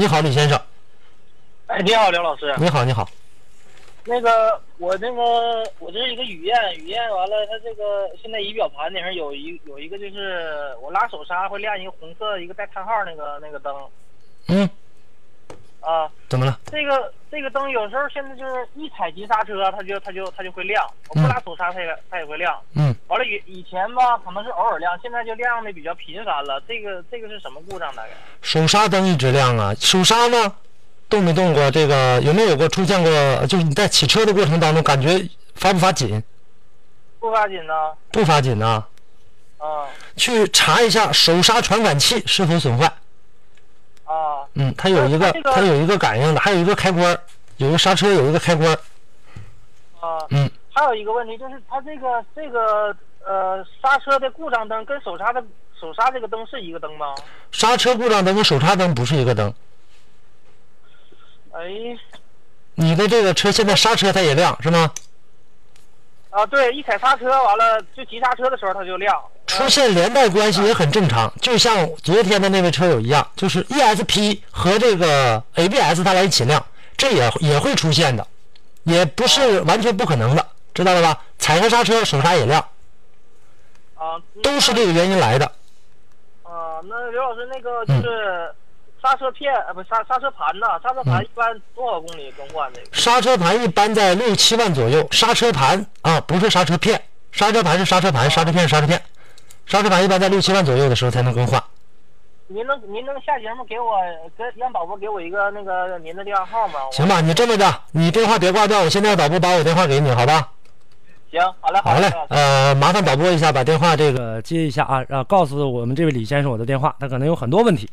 你好，李先生。哎，你好，梁老师。你好，你好。那个，我那个，我这是一个雨燕，雨燕完了，它这个现在仪表盘顶上有一有一个，就是我拉手刹会亮一个红色一个带叹号那个那个灯嗯，啊。怎么了？这个这个灯有时候现在就是一踩急刹车，它就它就它就会亮；我不拉手刹，它也它也会亮。嗯，完了以以前吧，可能是偶尔亮，现在就亮的比较频繁了。这个这个是什么故障？大概？手刹灯一直亮啊，手刹呢，动没动过？这个有没有过出现过？就是你在骑车的过程当中，感觉发不发紧？不发紧呢？不发紧呐、啊去查一下手刹传感器是否损坏。啊。嗯，它有一那个它这，个它有一个感应的，还有一个开关儿，有一个刹车，有一个开关儿。啊，嗯，还有一个问题就是它这个这个呃刹车的故障灯跟手刹的手刹这个灯是一个灯吗？刹车故障灯跟手刹灯不是一个灯。哎，你的这个车现在刹车它也亮是吗？啊对，一踩刹车完了就急刹车的时候它就亮。出现连带关系也很正常，就像昨天的那位车友一样，就是 ESP 和这个 ABS 它来一起亮，这也也会出现的，也不是完全不可能的，知道了吧？踩个刹车，手刹也亮，啊，都是这个原因来的。啊，那刘老师那个嗯就是刹车片呃不刹刹车盘呐，刹车盘一般多少公里更换这个？刹车盘一般在六七万左右，刹车盘啊不是刹车片，刹车盘是刹车盘，刹车片是刹车片，刹车盘一般在六七万左右的时候才能更换。您能您能下节目给我跟让导播给我一个那个您的电话号吗？行吧，你这么的，你电话别挂掉，我现在导播把我电话给你，好吧？行，好嘞好嘞嘞，，呃，麻烦导播一下，把电话这个。呃，接一下啊，啊，告诉我们这位李先生我的电话，他可能有很多问题。